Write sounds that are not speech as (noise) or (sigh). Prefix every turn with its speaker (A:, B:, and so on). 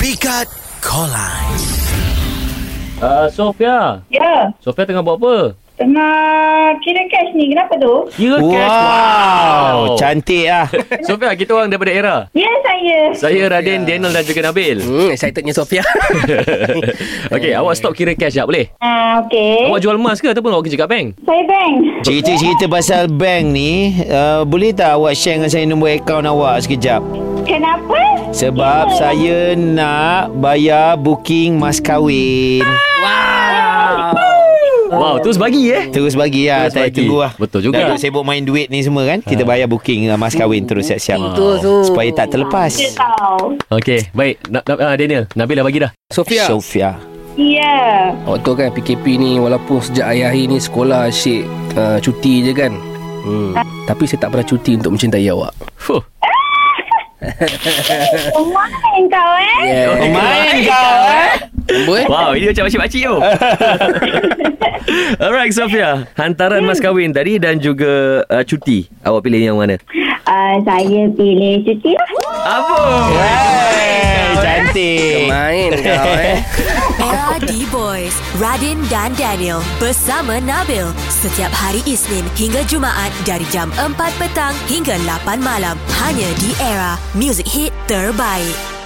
A: Pikat Kolai.
B: Uh, Sofia.
C: Ya,
B: Sofia tengah buat apa?
C: tengah kira cash ni. Kenapa tu?
B: Kira
D: Wow,
B: cash.
D: Cantik lah
B: Sofia, kita orang daripada era.
C: Ya, saya.
B: Saya Radin, Daniel dan juga Nabil.
E: Hmm, excitednya Sofia.
B: Okey, awak stop kira cash sekejap boleh?
C: Ah, okey.
B: Awak jual emas ke ataupun awak kerja kat bank?
C: Saya bank.
D: Cerita-cerita pasal bank ni uh, Boleh tak awak share dengan saya Nombor akaun awak sekejap
C: Kenapa?
D: Sebab saya nak Bayar booking mas kahwin
E: wow.
B: Wow, terus bagi eh.
D: Terus bagi
B: Terus
D: lah Terus
B: bagi.
D: tunggu lah
B: Betul juga. Ha.
D: Dah duk sibuk main duit ni semua kan Kita bayar booking uh, mas kahwin Terus siap-siap
E: Booking tu, tu.
D: Supaya tak terlepas
C: Saya tahu.
B: Okey, baik. Na- na- ah, Daniel, Nabil dah bagi dah.
E: Sofia.
D: Sofia
C: Ya.
E: Awak tahu kan PKP ni walaupun sejak akhir-akhir ni sekolah asyik uh, cuti je kan. Hmm. Tapi saya tak pernah cuti untuk mencintai awak.
B: Fuh.
C: Oh, main kau eh?
E: Ya.
D: Oh,
E: Yeah.
D: main kau eh
E: Amboi.
B: Wow, ini macam pakcik-pakcik
D: (laughs)
B: tu. Alright, Sofia. Hantaran mas kahwin tadi dan juga uh, cuti. Awak pilih yang mana?
C: Ah, saya pilih cuti lah.
B: Apa?
D: Hey, Cantik
E: Main kau eh.
F: Era D-Boys Radin dan Daniel Bersama Nabil Setiap hari Isnin hingga Jumaat Dari jam 4 petang hingga 8 malam Hanya di Era Music Hit Terbaik